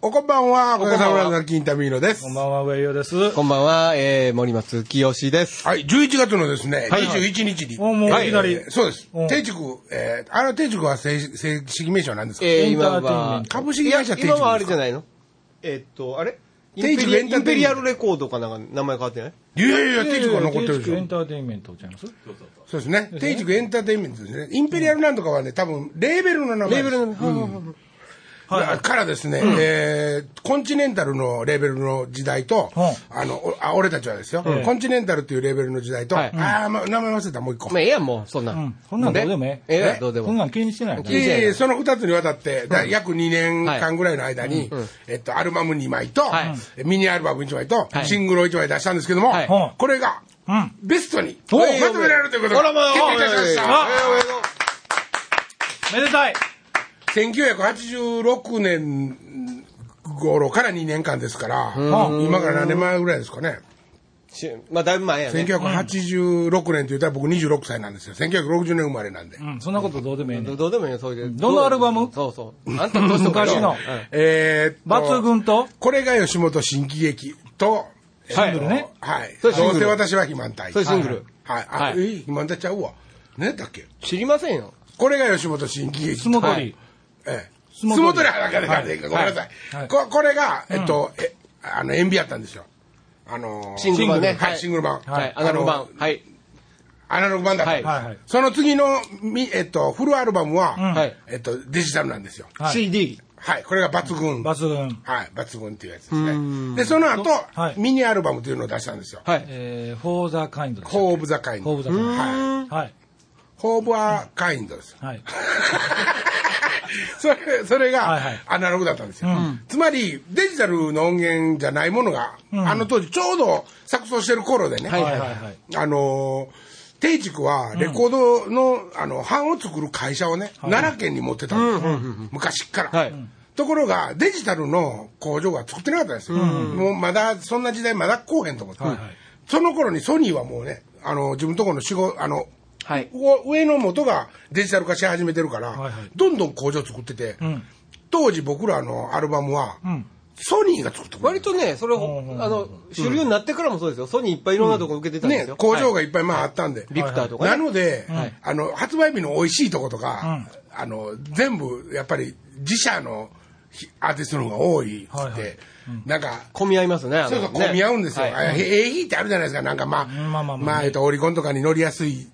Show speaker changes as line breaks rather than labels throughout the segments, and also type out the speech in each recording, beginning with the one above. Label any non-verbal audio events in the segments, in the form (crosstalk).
おこんばんは、ここさ村の金田美です。
こんばんは、上洋です。
こんばんは、えー、森松清です。
はい、11月のですね、
はい
21日に。
おもう
はい
いきなり
えーそうです
うん。
定塾、えー、あの定塾は正正式名称なんですか
えー、
エン
今
ターテインメ
は
ン、ト
株式会社定塾です
今
か。
はあれじゃないのえーっと、あれイン
定
ペ
時エ
リ
ンターテインメン
イ
ト
ンペリアルレコードかなんか名前変わってない
いやいやいや、定塾は残ってるでし
エン
ょ。
ターテインメントちゃいます
そうですね。定塾エンターテインメントですね。インペリアルなんとかはね、多分、レーベルの名前です。
レーベルの名前、
だからですね、えーコンチネンタルのレーベルの時代と、
う
あのおあ俺たちはですよ、
ええ
コンチネンタルっていうレーベルの時代と、
はい
ああ、ま、名前忘れた、もう一個。
まあ、ええやん、もう、そんな
うんん。そんなんどうでもええ
ええやんどうで
そん
も。
なん気にしてないか
い
ら。
いじゃ
え
ないい
えその二つにわたって、だから約2年間ぐらいの間に、えっと、アルバム2枚と、
はい
ミニアルバム1枚と、
はい
シングルを1枚出したんですけども、
はい
うん
これが、
うん。
ベストに、
お
まとめられるということで、
あらまあ
決定いたしました。
あめでたい
1986年頃から2年間ですから、今から何年前ぐらいですかね。
しまあ、だいぶ前やね。
1986年と言ったら僕26歳なんですよ。1960年生まれなんで。
うん、そんなことどうでもええね
ど
ん。
どうでもいいよ、そういう。
どのアルバム
そうそう。あんたどうしても
昔の
えーっと
抜群と、
これが吉本新喜劇と、
シングルね。
はい。ど
それシング
う
ル
せ私は肥満体。
それシングル
はい。あ、
はい
え肥満体ちゃうわ。何やったっけ
知りませんよ。
これが吉本新喜劇。
相撲
は
取り
い。
ええ。
相撲取り
相撲取り裸でなんでごめんなさ。
はいはいい
ここれが、えっと、えあの、演舞やったんですよ。あのー、
シングル版ね。
はい、シングル版。
はい、アナログ
あ
版
の。。
はい。
アナログ版だったんです
はいはいはい
その次のみ、えっと、フルアルバムは、
ん
はい
えっと、デジタルなんですよ。
はい
CD。
はい、これが抜群。
抜群。
はい、抜群っていうやつですね。で、その後、
はい
ミニアルバムというのを出したんですよ。
はい。
えー、For the Kind です。
ホーブ・ザ・カインド。
Hope the
は
Kind
い。
はい。
ホーブ・ア・カインドです。 (laughs)
はい。
それ、それ
はいはい
がアナログだったんですよ。つまり、デジタルの音源じゃないものが、あの当時、ちょうど錯綜してる頃でね、
はい
はいはいはい。
あのー、定軸はレコードの、あの、版を作る会社をね、奈良県に持ってたんですよ。昔っから。
はい
ところが、デジタルの工場が作ってなかったんですよ。もうまだ、そんな時代まだ来おへんと思って。
はいはい
その頃にソニーはもうね、あの、自分とこの仕事、あの、
はい。
お上の元がデジタル化し始めてるから、
はいはい
どんどん工場作ってて、
ん
当時僕らのアルバムは、
ん
ソニーが作ってくれ
割とね、それ、あの、主流になってからもそうですよ。ソニーいっぱいいろんなとこ受けてたんです
ね
よ。、
工場
はい
がいっぱいまああったんで。
ビクターとかね
なので、
はい
あの、発売日の美味しいとことか、あの、全部、やっぱり、自社のひアーティストの方が多いっつ
はい
っ
はい
て、なんか、
混み合いますね。あの
そうそう、
ね
混み合うんですよ。
はい
あええ日ってあるじゃないですか、なんかまあ、
んまあまあまあ
えっと、オリコンとかに乗りやすい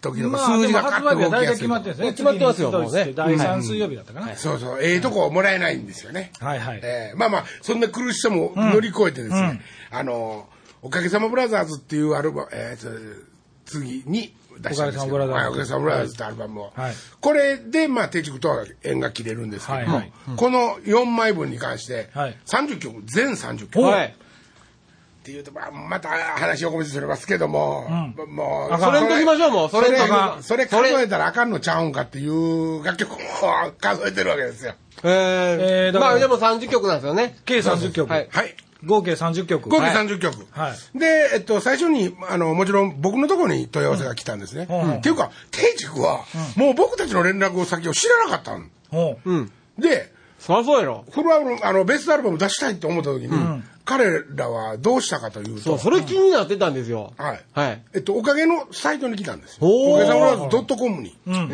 時とか、数字がカ
発
ッと
売日
動
は
き
大体
やす
決
い
まってるんですね。
決まってますよ
次に
もうね
次第3水曜日だったかな。はい
そうそう、ええとこもらえないんですよね。
はい。
えーまあまあ、そんな苦しさも乗り越えてですね、あの、おかげさまブラザーズっていうアルバム、えーつ次に出したんですけど、
おかげさま
はいお
ブラザーズ
かげさまブラザーズってアルバムを。
はい
これで、まあ、定着とは縁が切れるんですけども、
はいはい
この4枚分に関して、
はい
30曲、全30曲。
はい。
っていうと、まあ、また話をお見せされますけども、もう、
あ
それにときましょう、もう。そ
そ
れに
れ
とき
が
ま
それ数えたらあかんのちゃうんかっていう楽曲を数えてるわけですよ。
え
えー
ー、
だか
ま
ら
あでも30曲なんですよね。
計30曲。
はい
はい。
合計30曲。
合計
はい
30曲、
は
で、えっと、最初にあのもちろん僕のところに問い合わせが来たんですね、
うん
っていうか定塾は、もう僕たちの連絡先を知らなかったん
ほう
うん。
で
そりゃそうやろ。
フルアルバムあのベストアルバム出したいと思った時に、彼らはどうしたかというと
そう、それ気になってたんですよ。
はい
はい。
えっと、おかげのサイトに来たんですよお
おー
かげさまでドットコムに、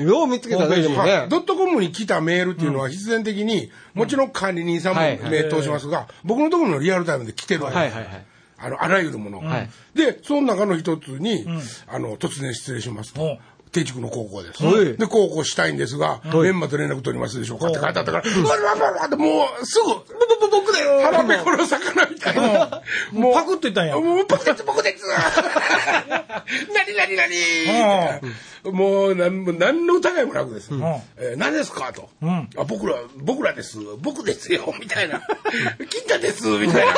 よう見つけたね、でも
はい
ね。
ドットコムに来たメールっていうのは必然的に、もちろん管理人さんも
はい
名通しますが、僕のところのリアルタイムで来てるわけですよ
はいはいはい
あの、あらゆるもの。
はい
で、その中の一つに、あの、突然失礼します
う
と
ん。
定畜の高校です。
はい
で、高校したいんですが、メンバーと連絡取りますでしょうかって書いてあったから、うわうわうわうわってもうすぐ、
ぼぼ僕だよ
腹ペコの魚みたいな。
もうパクっといったんや
もうパクッと僕
(laughs)
です。何何何もう何も何の疑いもなくです。
ん
えー何ですかと、
ん
あ。僕ら、僕らです。僕ですよ。みたい
(laughs)
な。金田です。みたいな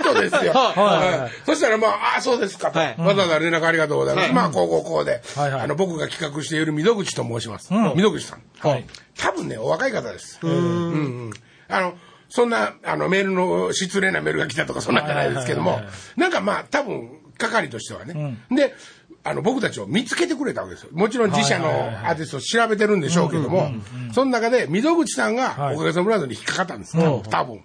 ことですよ。
はい
はいはい
はいそしたらまあ、あそうですかと。
はい
わざわざ連絡ありがとうございます。まあ、こうこうこうで、
はいはい
あの、僕が企画している溝口と申します。
ん
溝口さん。
はい。
多分ね、お若い方です。うんうんあの、そんな、あの、メールの、失礼なメールが来たとか、そんなんじゃないですけど
は
も
いはいはい、
なんかまあ、多分、係としてはね。で、あの、僕たちを見つけてくれたわけですよ。もちろん自社の
はいはいはいはい
アーティストを調べてるんでしょうけども、その中で、溝口さんが、
はい
おかげさまブラザーに引っかかったんですよ、多分。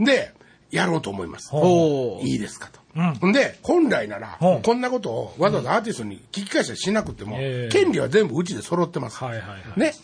で、やろうと思います。
おー
いいですかと。
うん
ほんで、本来なら
ほう、
こんなことをわざわざアーティストに聞き返したりしなくても
ええ、
権利は全部うちで揃ってます。
はいはいはい
ね。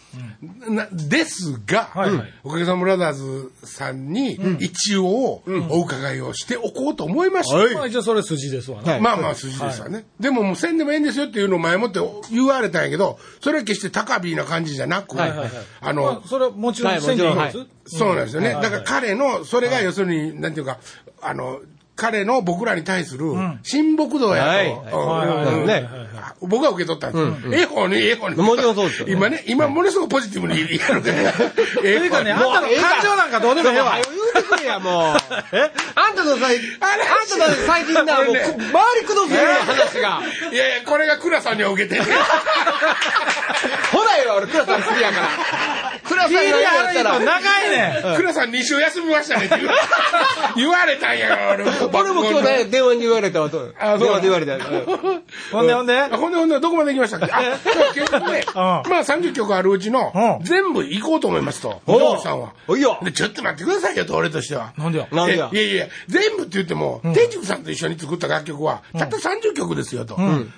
なですが、
はいはい
おかげさまブラザーズさんに、一応、お伺いをしておこうと思いました。
まあ一応それ筋ですわ
は
ね。
い
まあまあ筋ですわね。でももうせんでもええんですよっていうのを前もって言われたんやけど、それは決して高火な感じじゃなく、
はいはいはい
あの、
まあそれはもちろん
はいも
選
ちろ
挙
ん
なんです。
そうなんですよね。
はい
だから彼の、それが要するに、なんていうか、あの、彼の僕らに対する親睦度
は
や
い
とう
はい
んうん
はい
ね、僕は受け取ったんですよ。ええ方に、ええ方に。
もちろんそうですよ
今ね、今ものすごくポジティブに言うやるから。え
(laughs) というかね、あん
もう
たの感情なんかどうでもええわ
早。く言うてくれや、もう。えあんたのさ、あんたの最近な、もう、
俺ね
周りくどすぎるやん話が。
いやいや、これが倉さんには受
(laughs)
けてる。
ほらよ、俺、クラさん好きやから。クラさんが
い
い
や
るやったら。
長い
(laughs)
ねん。
倉さん2週休みましたねって
(laughs)
言う言われたんやから、
俺も今日ね、電話に言われたわ、と。電
あそう
話で言われた。うん
ほんでほんで。
あほんでほんで、どこまで行きましたっけあ、結局ね、まあ30曲あるうちの
う、ん
全部行こうと思いますと、
おう
おさんは。
おいよ
でちょっと待ってくださいよと、俺としては。
なんでや
なんでや
えいやいや、全部って言っても、天竺さんと一緒に作った楽曲は、たった30曲ですよと。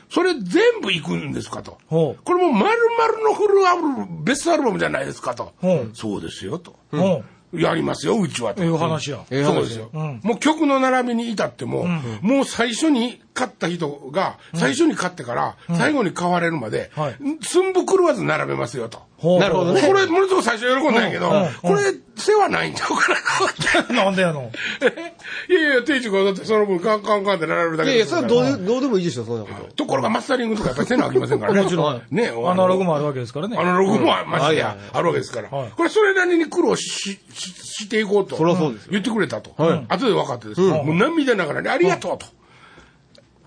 それ全部行くんですかと。
ほ
こ
う
れもう丸々のフルアルバム、ベストアルバムじゃないですかと
ほう。
そうですよと。
うん。
やりますよ、うちはと
い。う話や。
ええ話
そうですよ、
ん
もう曲の並びに至っても、もう最初に買った人が、最初に買ってから、最後に買われるまで、
はい
寸分狂わず並べますよと。
ほう
なるほどね
これ、ものすごく最初喜んだんやけど、
うんうん
これ、世話ないんちゃうかな。
なんでやの。
(laughs) えいやいや、定塾はだってその分、カンカンカンって並べるだ
い
け
やいや、それはどう
う
でどうでもいいでしょ、そんなこと。
ところがマスタリングとかやっぱりせなあきませんからね。
もちろん
ね、
アナログ
も。
もあるわけですからね。
アナログもましてや
はいはいはい
あるわけですから、
はい
これそれなりに苦労しししていこうと
そりゃそうですよ
言ってくれたと、
はい
後で分かってです、もう涙ながらにありがとうと、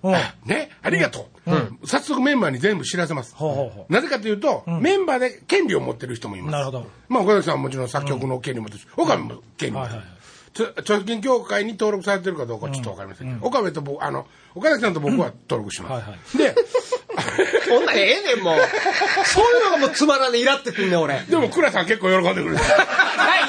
うん。
ね、ありがとう、早速メンバーに全部知らせます、
ほうほうほ
なぜかというと、メンバーで権利を持ってる人もいます
なるほど
まあ、岡崎さんはもちろん作曲の権利も持ってるし、岡部も権利も持ってる
はいはいはい
ちょ著金協会に登録されてるかどうかちょっとわかりませんけど、岡部と僕あの岡崎さんと僕は登録します、
はいは
で
そんなんええねん、もう。そういうのがもうつまらない、イラってくんねん、俺。
でも倉さん結構喜んでくれる
ない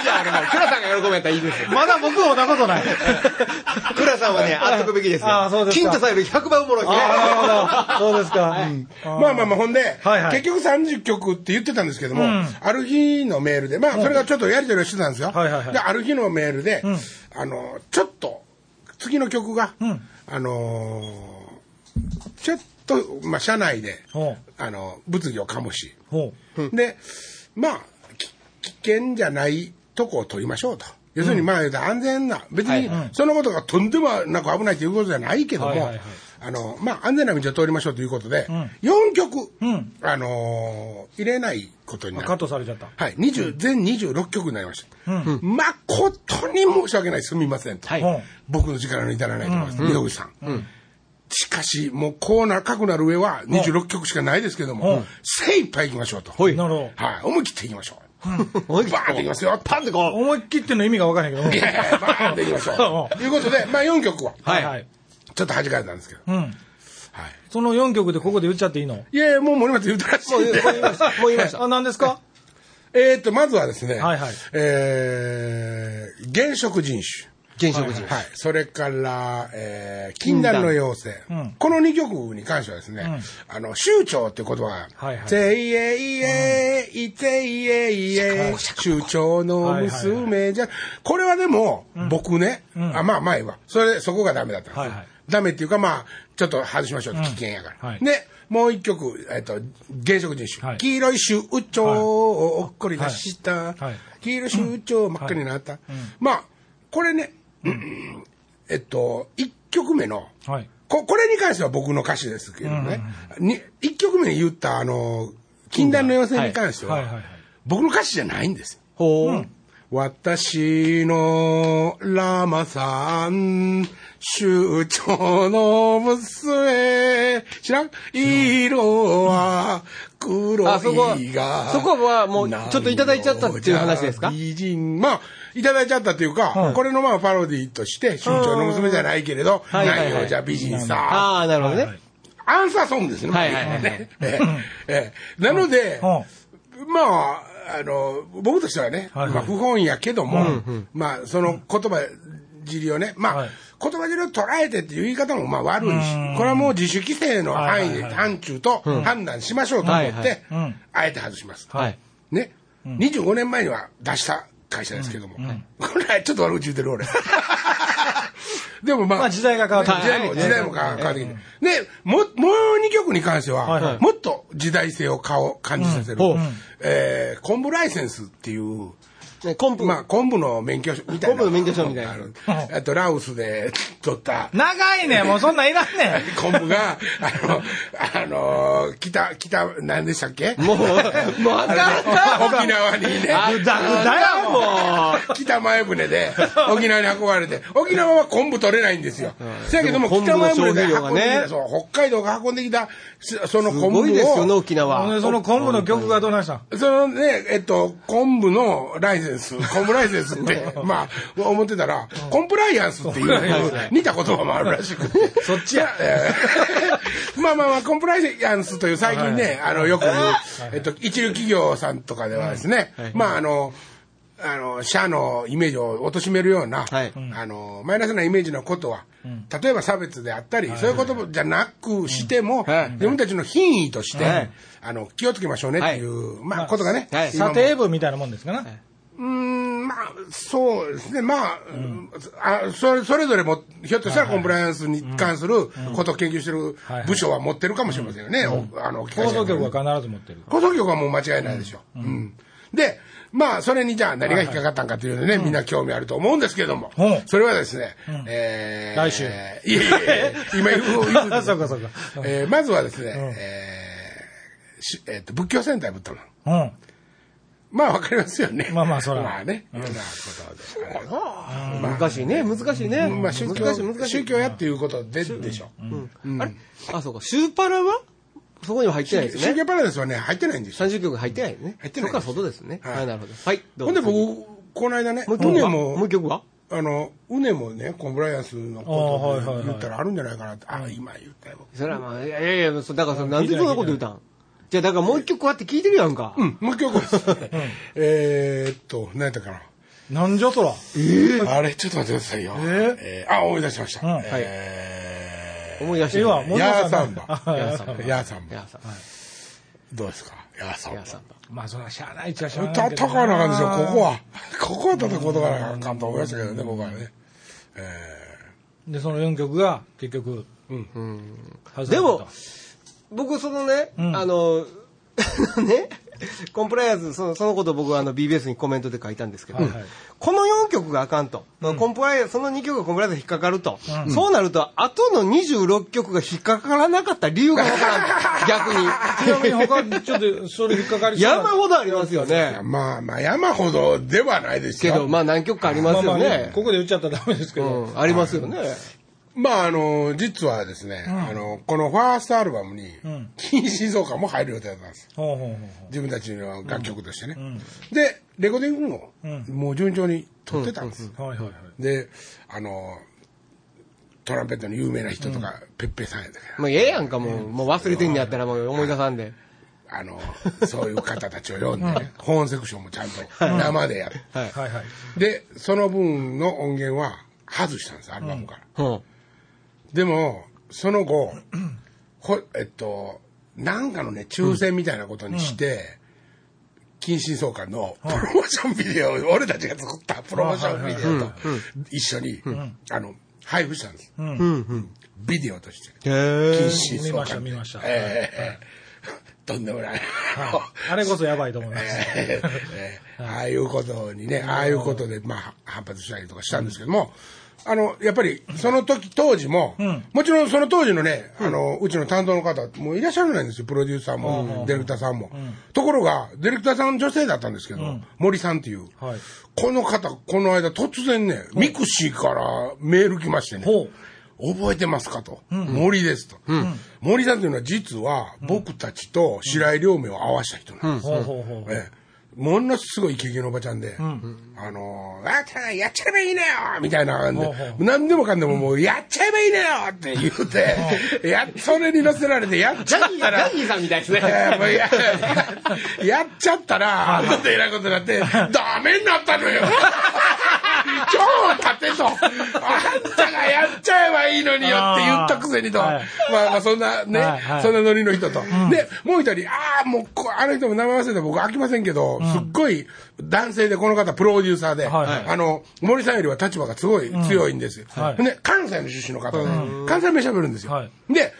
じゃん、あれもう。クラさんが喜ぶんやったらいいですよ
(laughs) う。。まだ僕はなことない。
クラさんはね、あっとくべきですよ。
あーそうですか
金太さんより100倍おもろいね。
ああ、なるほど。そうですか。うん
まあまあまあ、ほんで、
はいはい
結局30曲って言ってたんですけども、
ん
ある日のメールで、まあ、それがちょっとやり取りをしてたんですよ。
はいはいはい
で、ある日のメールで、あの、ちょっと、次の曲が、あのーちょっと、まあ、社内で、
ほ
あの、物議を醸し、
う。ほ
で、まあ、き危険じゃないとこを取りましょうと。要するに、まあ、言うたら安全な、別に、そのことがとんでもなく危ないということじゃないけども、
はいはいはい
あの、まあ、安全な道を通りましょうということで、4曲、あのー入れないことに
う。
な
カッ
る。
トされちゃった。
はい、20全26曲になりました。誠に申し訳ない、すみませんと。
はい
ほ
僕の力の至らないと思います、溝口さん。しかし、もうこうな、かくなる上は26曲しかないですけども、精一杯いきましょうと。
う。なるほど。
はい、思い切っていきましょう。
おい
バーンっていきますよ。
パンってこう。
思いっきっての意味がわからへんけど。
いやいやバーンっていきま
(laughs)
しょう。ということで、まあ4曲は、
は
はいい
はい。
ちょっと弾かれたんですけど。
うん。
はい。
その4曲でここで言っちゃっていいの
いやいや、もう森松言うたらしい
もう言
ん
い
で。
ました。もう言いました。
あ、何ですか
えーっと、まずはですね、
はいはい
えー、原色人種。
原色人。
はい。それから、えー、禁断の妖精。この2曲に関してはですね、あの、州長っていう言葉が、
はいはい
ていえいえいていえいえ、州長の娘じゃ、これはでも、僕ね、あ、まあ前は、それ、そこがダメだったんですよ。
はいはい
ダメっていうか、まあ、ちょっと外しましょう。危険やから。
はい
で、もう一曲、えっ、と、原色人種。
はい
黄色い州長をおっこり出した。
はい
黄色い州長真っ赤になった。まあ、これね、えっと、1曲目の、
はい。
ここれに関しては僕の歌詞ですけどね、に1曲目に言った、あの、禁断の妖精に関して
はいはいはい
は、僕の歌詞じゃないんですよ。
ほう。
私のラマさん、州長の娘、知らん色は黒
あそこはい
が。
そこはもうちょっといただいちゃったっていう話ですか
美人。まあ、いただいちゃったというか、これのまあパロディとして、州長の娘じゃないけれど、
はいはいはい
何をじゃ美人さ。
ああ、なるほど
はいは
ね
い。
アンサーソングですね。
はいはいはいはい
ねえええなので、
うん
まあ、あの、僕としてはね、
はいはい
まあ、不本意やけども、まあ、その言葉尻をね、まあ、
はい
言葉尻を捉えてっていう言い方もまあ悪いし、これはもう自主規制の範囲
はい
で、
はいはい
範疇と判断しましょうと思って、
はいはい
うん
あえて外します。
はい。
ね、25年前には出した会社ですけども、これちょっと悪口言ってる俺。でもまあ、
まあ時代が変わってきて
時代も、
はい
時代も変わってきて。で、も、もう2曲に関しては、
はいはい
もっと時代性を顔、感じさせる、
うんほう
えーコンブライセンスっていう、
ね、コンプ。
まあ、昆布の免許証みたいな。
昆布の免許証みたいな
あのあと、ラオスで取った、
長 (laughs) いねもうそんなんいらんねん。
昆布が、あの、あの、北、北、何でしたっけ
もう、もうあかん
あの沖縄にね。
あ
ぐだぐだやもう。
も
北前船で沖縄に運ばれて、沖縄は昆布取れないんですよ。せやけども、
でも
北前船で
昆布の消費量
運
が
んでき
ね
た、そう北海道が運んできた、そその
う、す
昆布
ごいですよね、
を、
沖縄。
ほんでその昆布の曲がどうなんしたん
そのね、えっと、昆布のライセン (laughs) ス、昆布ライセンスって、まあ、思ってたら、コンプライアンスっていうね、似た言葉もあるらしくて。 (laughs)
そっちや。
えー (laughs) まあまあまあ、コンプライアンスという最近ね、あの、よく言う、えっと、一流企業さんとかではですね、まああの、あの、社のイメージを貶としめるような、
はい
あの、マイナスなイメージのことは、例えば差別であったり、そういうことじゃなくしても、
はい
自分たちの品位として、
はい
あの、気をつけましょうねっていう、まあ、ことがね、
はい
今
査
も
定部みたいなもんですかな。
うーんまあ、そうですね、まあ、あそれそれぞれも、ひょっとしたらコンプライアンスに関することを研究してる
はいはい
部署は持ってるかもしれませんよね、おあの機械
放
社
送
会
局
の
は必ず持ってる。
放送局はもう間違いないでしょう。うんで、まあ、それにじゃあ何が引っかかったんかというのでね、みんな興味あると思うんですけども、
うん
それはですね、えー
来週
いえいえい
(laughs)
え、今言う、言う
そうかそうか
えーまずはですね、えーしえーと仏教戦隊ぶったの。
うん。
まあわかりますよね。
まあまあそら
まあね。いろんなことで。
難しいね、難しいね。
まあ宗教
難しい、難し
宗
い。
教やっていうことででしょ。
うんあれあ、そうか。シューパラはそこには入ってないです
宗
ね。
教パラダイスはね、入ってないんですよ。
30曲入ってないね。
入ってない
そこから外ですね。
はい
はい、なるほど。はい、ど
ほ
うん
で
ぞ。
僕、この間ね、
もう
う
一曲
ね
はもう
も
一、曲は
あの、うねもね、コンプライアンスの
あー
こ
はい
と
はいは
を
い
言ったらあるんじゃないかなって。あ、今言ったよ。僕
それはまあ、いやいやいや、そだからそれなんでそんなこと言うたんじゃあだからもう一曲こうやって聞いてるやんか。
うん、もう一曲です。えーっと、何やったかな。
なんじゃそら。
あれ、ちょっと待ってくださいよ。えーあ、思い出しました。
うんはい
えー
思い出して
ええ
る、
わ、
ね。
もう
ヤーサンバ
ヤーサンバ
ヤーサン
い
バ。
(laughs) や、さ、
どうですかヤーサン
いや、
バ。
さんば。
まあそれはしゃあないっちゃしゃあないけど
叩
な。
かなあかんですよ、ここは。ここは叩くことがなあかんと思いましたけどね、僕はね。
で、その4曲が結局。うん。
でも、僕そのね、
ん
あの、 (laughs) ね、コンプライアンス、そのそのこと僕はあの BBS にコメントで書いたんですけど、
はいはい
この4曲があかんと、コンプライアンス、その2曲がコンプライアンスに引っかかると、そうなると、後の26曲が引っかからなかった理由がわからんと、逆に。
ちなみに他、ちょっとそれ引っかかりそうな
山ほどありますよね。
まあまあ、山ほどではないです
けど、
よ。
まあ何曲かありますよ
まあまあ
ね。
ここで言っちゃったらダメですけど。
うん、ありますよね。
まあ、あの、実はですね、あの、このファーストアルバムに、金静岡も入る予定だったんです。
ほうほうほうほ
自分たちの楽曲としてね。で、レコーディングも、もう順調に撮ってたんです。
うはいはいはい。
で、あの、トランペットの有名な人とか、ペッペさんやったか
もうええやんか、もう。もう忘れてんねやったらもう思い出さんで。
ら、あの、そういう方たちを呼んでね、ホーンセクションもちゃんと生でやる。
はい。
はいはい。
で、その分の音源は外したんです、アルバムから。
うん。
でも、その後、ほえっと、なんかのね、抽選みたいなことにして、近親相関のプロモーションビデオ、俺たちが作ったプロモーションビデオと一緒に、あの、配布したんです。ビデオとして。
へ
近
え。
親相関。
見ました見ました
ええとんでもない。 (laughs)
あれこそやばいと思います。
えーえーああいうことにね、ああいうことで、まあ、反発したりとかしたんですけども、あの、やっぱり、その時、当時も、もちろんその当時のね、あの、うちの担当の方、もういらっしゃらないんですよ、プロデューサーも、ディレクターさんも。ところが、ディレクターさん女性だったんですけど、森さんっていう、
はい
この方、この間突然ね、ミクシーからメール来ましてね、
ほう
覚えてますかと、森ですと、森さんというのは実は僕たちと白井亮明を合わせた人なんです、
ほうほうほう。
ええものすごいイケイケのおばちゃんで、あのー、あたやっちゃえばいいなよみたいな感じで、何でもかんでももう、やっちゃえばいいなよって言うて、や、それに乗せられて、やっちゃったら、
ジャニーさんみたいですね。
え (laughs) ーもうややっちゃったら、後でえらいことになって、ダメになった
(laughs)
のよ。超勝てと。あんたがやっちゃえばいいのによって言ったくせにと。
はい
まあまあ、そんなね、
はいはい
そんなノリの人と。で、もう一人、ああ、もうこ、あの人も名前忘れて僕飽きませんけど、すっごい男性で、この方プロデューサーで、
はいはい
あの、森さんよりは立場がすごい強いんですよ。
はい
で、関西の出身の方で、関西弁喋るんですよ。
はい
で、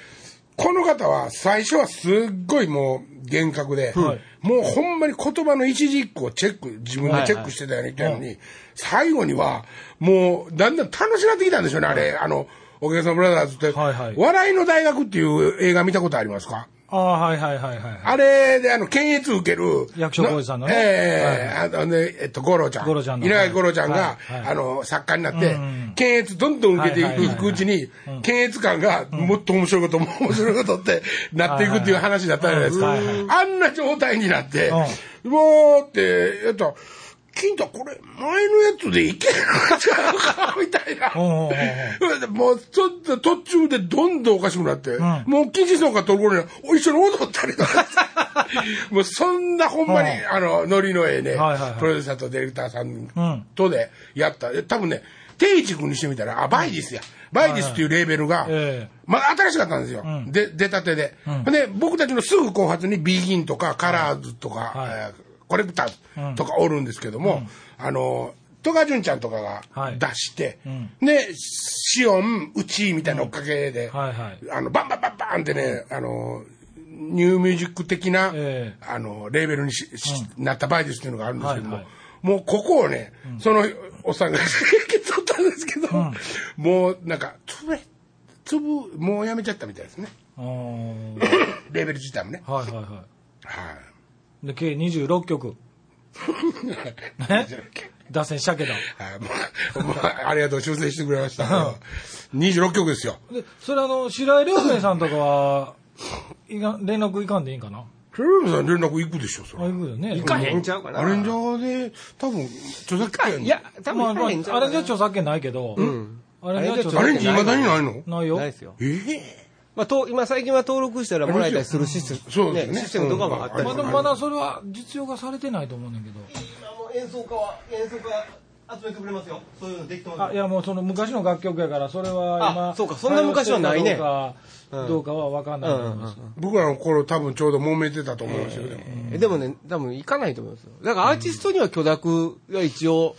この方は最初はすっごいもう厳格で、
はい
もうほんまに言葉の一字一句をチェック、自分でチェックしてたような人やのに、最後にはもうだんだん楽しなってきたんでしょうね、あれ。あの、お客さんブラザーズって、
はいはい
笑いの大学っていう映画見たことありますか
ああ、はいはいはいはい。
あれで、あの、検閲受ける。
役所広司さんのね
ええあのね、えっと、五郎ちゃん。
五郎ちゃんの
稲垣五郎ちゃんが、
はいはい
あの、作家になって、
うんうん
検閲どんどん受けてい
はいはいはいは
く
いう
ちに、検閲感がもっと面白い
(laughs)
こと、も面白いことってなっていくっていう話だったじゃないですか
はいはい。
あんな状態になって、うわーって、やったら、金太これ、前のやつでいけるんちゃうか、みたいな。
うんうんうんうん
もう、ちょっと途中でどんどんおかしくなって、
ん
もう禁止層かとる頃には、お一緒に踊ったりとかして、もうそんなほんまに、
うん
あの、ノリのええね、
はいはいはい
プロデューサーとディレクターさ
ん
んとでやった。多分ね、定一君にしてみたら、あ、バイディスや。バイディスっていうレーベルが、
ええ
まあ、新しかったんですよ。
ん
で、出たてで、で、僕たちのすぐ後発にビギンとか、カラーズとか、
はい
えーコレクターズとかおるんですけども、あの、戸川純ちゃんとかが
はい
出して、
ん
で、シオン、うちみたいな追っかけで、
はいはい。
あの、バンバンバンバンってね、あの、ニューミュージック的な、
ええ
あの、レーベルにし、しなったバイデスっていうのがあるんですけども、
はいはい
もうここをね、そのおっさんが (laughs) 受け取ったんですけど、もうなんか、つぶれ、つぶ、もうやめちゃったみたいですね。
あー
レーベル自体もね。
はいはいは。
はい
で、計26曲
い。
脱線したけど。
はいもうもうありがとう、修正してくれました。26曲ですよ。
で、それあの、白井亮平さんとかは、いか連絡いかんでいいんかな
テレビさん連絡行くでしょ、そ
あ、い
れ。
くよね。
行かへんちゃうかな。
アレンジャーで、多分、著作権
いや、多
ま
分
あ、
行
まあ、
か
あ
へ
れ
ん
じ
ちゃうかな。
ゃ著作権ないけど、あれじゃ著
ア
作
レン
権
ジ未だにないの
ないよ。
ないですよ。
ええ
まあ、と今最近は登録したらもらえたりするシステム、
そうですね
システムとかもあったり
ま
と
だ
か。
まだそれは実用化されてないと思うねんだけ
演奏家は演奏家集めてくれますよ。そういうのできて
ど。あ、いやもうその昔の楽曲やから、それは今、
あそうかそんな昔はないね
どうか、どうかは分かんないと思います。
僕らの頃多分ちょうど揉めてたと思いますよ、でも。
えでもね、多分行かないと思いますよ。だからアーティストには許諾が一応、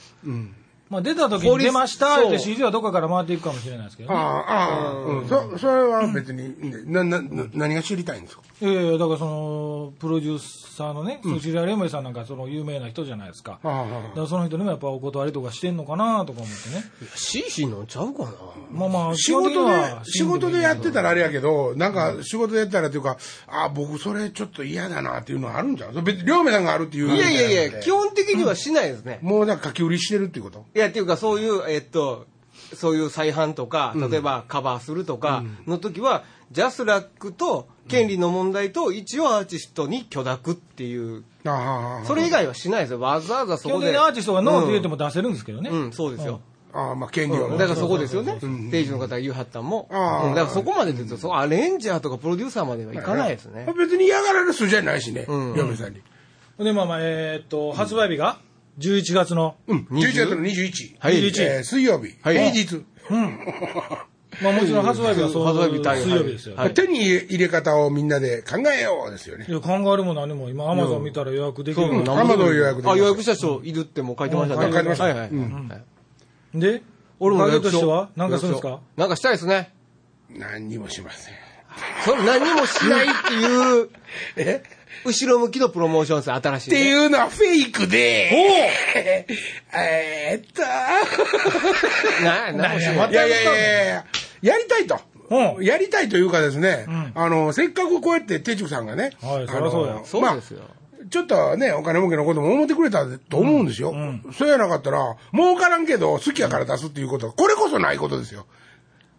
まあ出た時に出ましたっ
法律
て
そう
CD はどこかから回っていくかもしれないですけど
あ
ね。
あ、ああ、うん、そ、それは別にいいんで、な、な、な何が知りたいんですか
いやいや、だからその、プロデューサーのね、そちらレモイさんなんかその有名な人じゃないですか。
ああああ
だからその人にもやっぱお断りとかしてんのかなとか思ってね。
シーシーなんちゃうかな。
まあまあ、
仕事
基本的に
で
は、
仕事でやってたらあれやけど、なんか仕事でやってたらというか、ああ、僕それちょっと嫌だなっていうのはあるんじゃん。それ別に、両目さんがあるっていう。
いやいやいや、基。本的にはしないですね。
もうなんか書き売りしてるっていうこと
いや、っていうかそういう、えっと、そういう再販とか、例えばカバーするとかの時は、ジャスラックと権利の問題と一応アーティストに許諾っていう、
ああああ、
それ以外はしないですよ。わざわざそ
基
こ
本
で。
的にアーティストがノーって言うて
も。
も出せるんですけどね。
うん、そうですよ。
ああ、まあ権利は
うん
もう
だからそこですよね。ステージの方が言うはったんも。
ああ
うんだからそこまでですよ。そうアレンジャーとかプロデューサーまではいかないですね。
別に嫌がられる筋じゃないしね、両目さんに。
で、まあまあ、えーっと、発売日が11月の、
うん、11月の21。
はい
えー水曜日。
は
平
い
日。うん。
まあもちろん発売日はそう、
発売日対応
水曜日ですよ。
はい
手に入れ方をみんなで考えようですよね
い。や、考えるも何も、今、アマゾン見たら予約でき
そう
る
アマゾン予約できます
あ、予約した人いるってもう書いてました
うん書いてました
はいはい。
うん
はい
で、
俺も
ガ
予
ゲ
約し
として
よう
は、なんかするんです
予
か
約しようなんかしたいですね。
何にもしま (laughs) せん。
それ何もしないっていう、
え
後ろ向きのプロモーションです、新しい
って
ね、
いうのはフェイクで、 (laughs) え (laughs) ーっと、
な、何もしない。
いやいやいやいや、やりたいと。
うん
やりたいというかですね、あの、せっかくこうやって、てちさんがね、
はい
あ
そりゃそうや
の
そうですよ。
ちょっとね、お金儲けのことも思ってくれたと思うんですよ。そうやなかったら、儲からんけど、好きやから出すっていうこと、これこそないことですよ。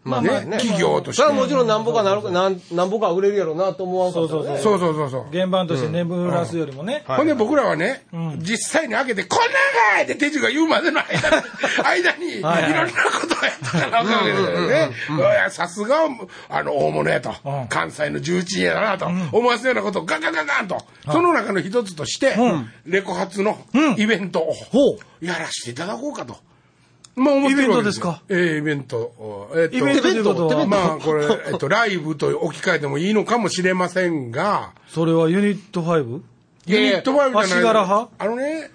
まあ
ね
まあね。
企業として
それはもちろんなんぼかなるなんなんぼか売れるやろうなと思わんかった
そうそうそう
そうそうそうそう。
現場として眠らすよりもね、
ほんで僕らはね、実際に開けて、こんなんかいって手順が言うまでの間に、間に、いろん
は
なこ
い
とをやったからわかるわけだよね。いやさすが、あの、大物やと
うん、
関西の重鎮やなと、思わせるようなことをガンガンガンガンと、その中の一つとして、レコ発のイベントを
ほ
やらせていただこうかと。まあ思ってるわけよ
イベントですか
ええイベント。えっと
イベントということは、
まあこれ、えっと、ライブと置き換えてもいいのかもしれませんが、
それはユニット 5?
ユニットバイブじゃない
足柄派
あのね、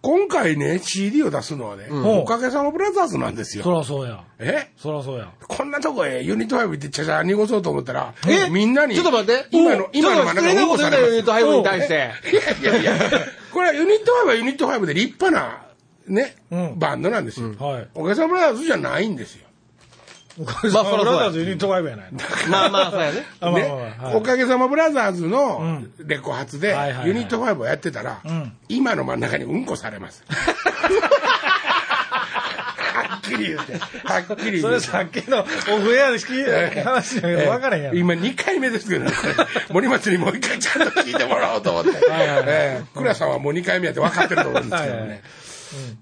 今回ね、CD を出すのはね、おかげさまブラザーズなんですよ。
そらそうや。
え
そらそうや。
こんなとこへユニットバイブ行ってちゃちゃ濁そうと思ったら、みんなに、
ちょっと待って。
今の、今の
ちょ
真
っ
ん
と失礼な
中
こ
応募
と
さ
言った
れ
よ、
ま
ユニットハイブに対して。
す。いやいやいや、これはユニットバイブはユニットバイブで立派な、ね、
うん
バンドなんですよ。
はい。
おかげさまブラザーズじゃないんですよ。
まあ、
そらそうや
ブラザーズユニット5やないの。
まあまあ、そ
(laughs)
うやね。
あまあまあ
ね
まあはい
おかげさまブラザーズのレコ発で
はいはいはい
ユニット5をやってたら、
ん
今の真ん中にうんこされ
(laughs)
ます。はっきり言って、はっきり
そ
言
れ
って。
さっきのオフエアで聞いた話だけど、分からへんやん。
今2回目ですけどね、これ森松にもう1回ちゃんと聞いてもらおうと思って、
いはいはい
ええ倉さんはもう2回目やって分かってると思うんですけど
はいはいは
ね。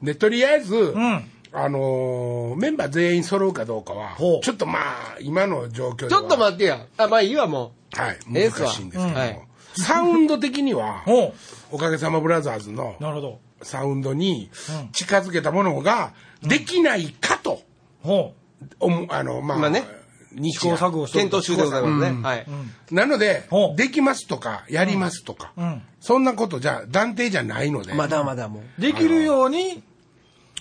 で、とりあえず、
ん
あのーメンバー全員揃うかどうかは、
ほう
ちょっとまあ、今の状況で
ち
は
ょっと待ってや。あ、まあいいわ、も
はい、
ええ
難
っすわ
しいんですけども、
はい
サウンド的には、
ほ
おかげさまブラザーズの
う。なるほど。
サウンドに近づけたものができないかと、
ほ
おもあの、まあ、
まあね
日
う。試行錯誤
う。
しとる
検討中でございますね。はい。
なので
ほ、う
できますとか、やりますとか、
うん。
そんなことじゃ断定じゃないので、
まだまだもう。
できるように、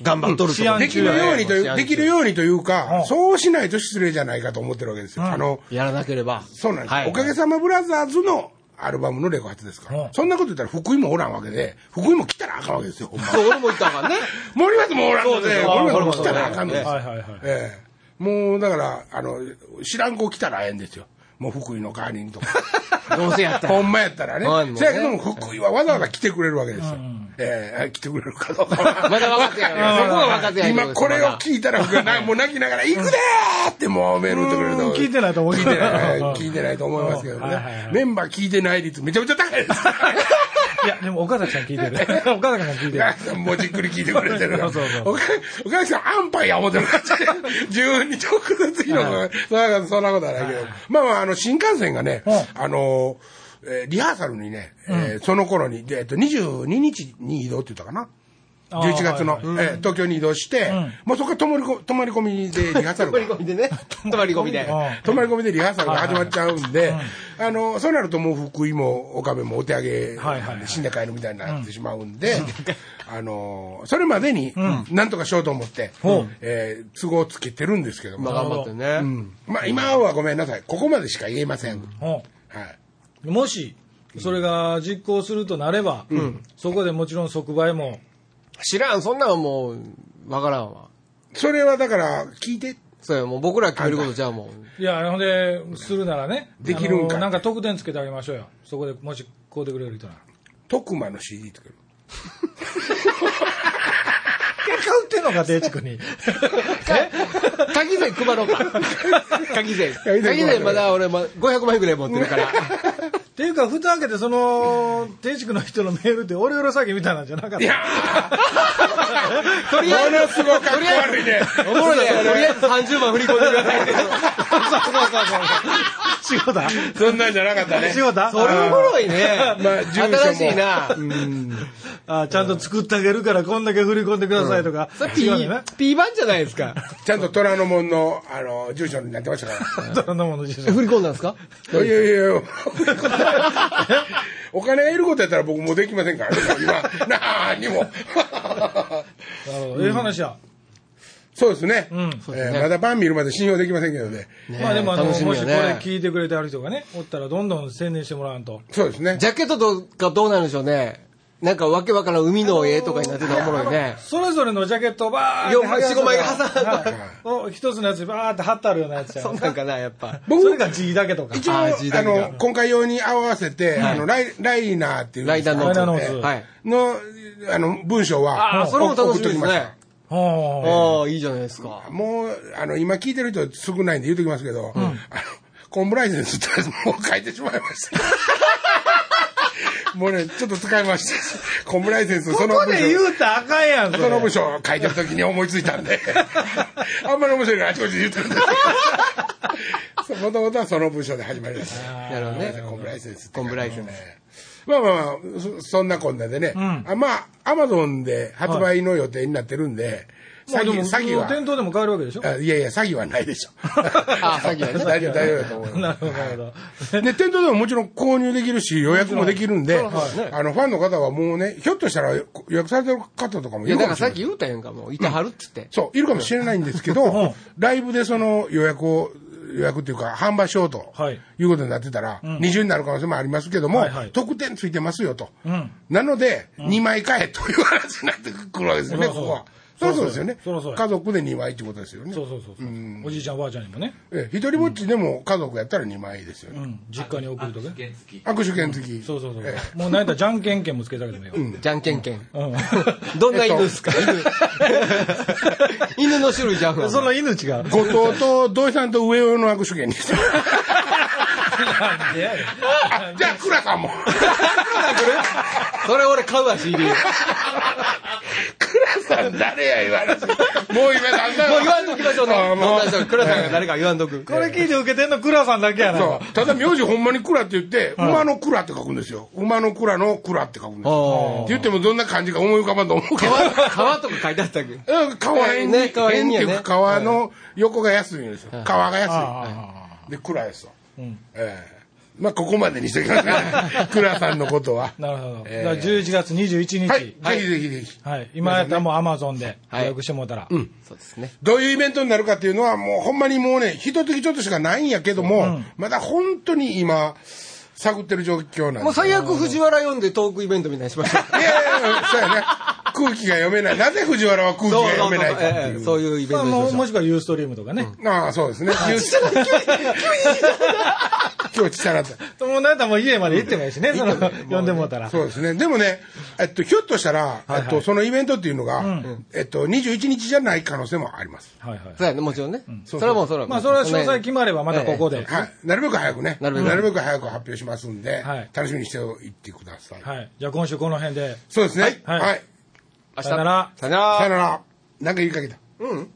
頑張っとると思う
うん
できるようにとい
は
う、
い
できるようにという
う
か
ん、
そうしないと失礼じゃないかと思ってるわけですよ。あの、
やらなければ。
そうなんです、
はい
おかげさまブラザーズのアルバムのレコ発ですから、
うん
そんなこと言ったら福井もおらんわけで、福井も来たらあかんわけですよ、ほんま
そう、俺も言ったからね。
(laughs) 森松もおらんの
そうで
で、
すよ
森松
あ
も
そう
来
で
た
すよ
らあかんの
え
で
え
す。
はいはいはい。
ええもうだから、あの、知らん子来たらええんですよ。もう福井のカーリン
(laughs)
とか。
どうせやった
ほ
ら。
んまやったらね
はいもう。ね
せやけども、福井はわざわざ来てくれるわけですよ。ええ来てくれるかどうかは。
まだ分か
(laughs)
ってない。そこが分かってない。
今これを
い
聞いたら、福井はなもう泣きながら、行くでーってもうメール打ってくれると思う。
うん聞いてないと思う
聞いて
(laughs)
ない。聞いてないと思いますけど
うんはいはいは
ね。
い
メンバー聞いてない率めちゃめちゃ高い
(laughs)
です。
いや、でも岡崎さん聞いてる。 (laughs) 岡崎さん聞いてる。
もうじっくり聞いてくれてるから。
そうそう
おかおかさん、安牌や思ってるから、自分に直接いいのか、なんかそんなことはないけど。まあまあ、あの、新幹線がね、
う
あの、えーリハーサルにね、えーその頃に、でえっと、22日に移動って言ったかな。
あー
11月の、
はい
えー東京に移動して、もうそこから泊まりこ泊まり込みでリハー
(laughs)
サル
泊
が
まり込みでね。泊まり込みで。
うん
(laughs) 泊まり込みでリハーサルが始まっちゃうんで、あの、そうなるともう福井も岡部もお手上げ
はいはいは、い
死んで帰るみたいになってしまうんで、あの、それまでに、なんとかしようと思って、えー都合をつけてるんですけど
まあ
も、
頑張って
う
ね。
んまあ今はごめんなさい、ここまでしか言えません。
ほう
はい。
もし、それが実行するとなれば、そこでもちろん即売も、
知らん、そんなんはもう、分からんわ。
それはだから、聞いて、
そうや、もう僕ら決めることじゃあ (laughs) も
いや、ほんで、するならね、
できるんかい
あのなんか特典つけてあげましょうよ、そこでもし買うてくれる人なら。
徳間の CD 作る。
買 (laughs) ってんのか、定地区に。
う。鍵税配ろうか。 (laughs) 鍵 (laughs) 税。
鍵
鍵
税
税まだ俺ま500万円ぐらい持ってるから。
っていうか、蓋開けて、その、定地区の人のメールって、オレオレ詐欺みたいなんじゃなかった。
いや
と
ー
りあえず
ものすごくかっこ悪いね。
(laughs) おもろいね。とりあえず30万振り込んでください (laughs) って。
仕事だ。
(laughs) そんなんじゃなかったね。
仕事だ。
それおもろいね。 (laughs)
まあ住所も
新しいな。
あちゃんと作ってあげるから、こんだけ振り込んでくださいとか。
それ
違うよね。
P 版じゃないですか。
ちゃんと虎ノ門の、あの、住所になってましたから。
そんなもの自身
振り込んだんですか
いやいやいや、 (laughs) お金がいることやったら僕もうできませんからね、今、なーにも。 (laughs)
なるほど。ええ話や。
そうですね、
うです
え
ね
ーまだ晩見るまで信用できませんけどね、
ね
まあでも、あの、も
楽
し
しみ
こ
や
れ
ね。
聞いてくれてある人がね、おったら、どんどん宣伝してもらわんと。
そうですね、
ジャケットとかどうなるんでしょうね。なんかわけわからん海の絵とかになってたらおもろいね。
それぞれのジャケットをバー
4枚、
って
4、5枚挟んだ。
(laughs) お一つのやつにバーって貼ってあるようなやつ
(laughs)
や
そんなんかな、やっぱ。
僕
それが G だけとか。
一応、
あ
あ
ー時代が
の今回用に合わせて、あのライライナーっていうん
ラ
で
イ
すか
ダーノー
ライダーノ
ツ。
ーツ
はい。
のあの文章は、
ああ、それも楽しみ
送っ
で
と
す
きました
ね。
は
ああ、いいじゃないですか。
もう、あの、今聞いてる人少ないんで言うときますけど、あのコンプライアンスってもう書いてしまいま (laughs) した。もうね、ちょっと使いました。コンプライアンス、そ
こ
の
こ
部
で言
署、
うたらあかんやん、そ
その
れ
部。署を書いてるときに思いついたん (laughs) で、あんまり面白いからあちこちで言ってるんですけど、もともとはその部署で始まりました。
なるほどね。
コンプライアンスって
コンプライアンス。
まあまあまあ、そそんなこんなでね、あまあ、アマゾンで発売の予定になってるんで、
あ。もうでも、
詐欺は。
店頭でも買えるわけでしょ
あいやいや、詐欺はないで
(laughs)
しょ。あ
詐欺はね
大丈夫、大丈夫だと思いま
(laughs) なるほど、なるほど。
す。で、店頭でももちろん購入できるし、予約もできるんで、
そうですね
あの、ファンの方はもうね、ひょっとしたら予約されてる方とかもい
い
る
や、だ
か
か
も
ら
し
さ
れ
っ
な
き
い。
言うたやんか、もう、いてはるっつって。
そう、いるかもしれないんですけ
(laughs) うん
ど、ライブでその予約を、予約っていうか、販売しようと、
はいいう
ことになってたら、二重になる可能性もありますけども、
はいはい
特典ついてますよと。
うん。
なので、2枚買えという話になってくるわけですよね、
そ
こ
らそう
こは。そうそうですよね。
そらそうや
家族で2枚ってことですよね。
そうそうそうそう。おじいちゃん、おばあちゃんにもね。
ええ一人ぼっちでも家族やったら2枚ですよね、
うん。実家に送るとか。
原付き
握手券付き、
そうそうそう
え。
もうなんだじゃんけんけんもつけたけどね。うん。
じゃんけんけん。
そ
どんな犬ですか、 (laughs) 犬。犬の種類じゃんわ。
の犬違 (laughs) う。
え後藤と土井さんと上尾の握手券に
(laughs)
して
なんでやねん
あじゃあ倉さんも
それ俺買うわ、CD。もう
倉さん誰や言われてもう今だんだん
言わんときましょうね。
あ
ど
あ
ん
もう
な人、倉さんが誰か言わんとく。
これ聞いて受けてんの倉さんだけやな。
そうただ名字ほんまに倉って言って、馬の倉って書くんですよ馬の倉の倉って書くんですよ
ああ
って言ってもどんな漢字か思い浮かばんと思うけど
川、川とか書いてあったっけ
うん川辺に、
ね川辺にやね
っていうか川の横が安いんですよ、川が安い、
あ
で倉ですよ、ええまあここまでにしておきますね倉さんのことは
あ。なるほど。だか
ええ
ら11月21日。
はい、ぜひぜひぜひ
はい。今やったらもうアマゾンで予
い
約してもらったら。
そうですね。
どういうイベントになるかっていうのはもうほんまにもうね一時ちょっとしかないんやけども、まだ本当に今探ってる状況なんで
もう
すよ
最悪藤原読んでトークイベントみたいにしましょ
い
う。
やいやいやそうやね空気が読めないなぜ藤原は空気が読めないかって
え
い
え
う
そういうイベン
まあ
トにしま
もう
し
も
ょ。。
しくはユーストリームとかね。
ああそうですね言う今日ちっちゃなった
もうなんだもう家まで行ってもいいしね、その、呼んでもらったら。
そうですね。でもね、えっと、ひょっとしたら、えっと、そのイベントっていうのが、えっと、21日じゃない可能性もあります。
はいはいう
そうやね、もちろんね。それはもう、それはもう。
まあそれは詳細決まればまたここで。
はい。なるべく早くね。な
な
るべ
るべ
く
く
早く発表しますんで、
はい
楽しみにしておいてください。
はい。じゃあ今週この辺で。
そうですね。は。
はいい
はい。
明日
さよなら
さよなら
さよなら。なんか言いかけた。
うん。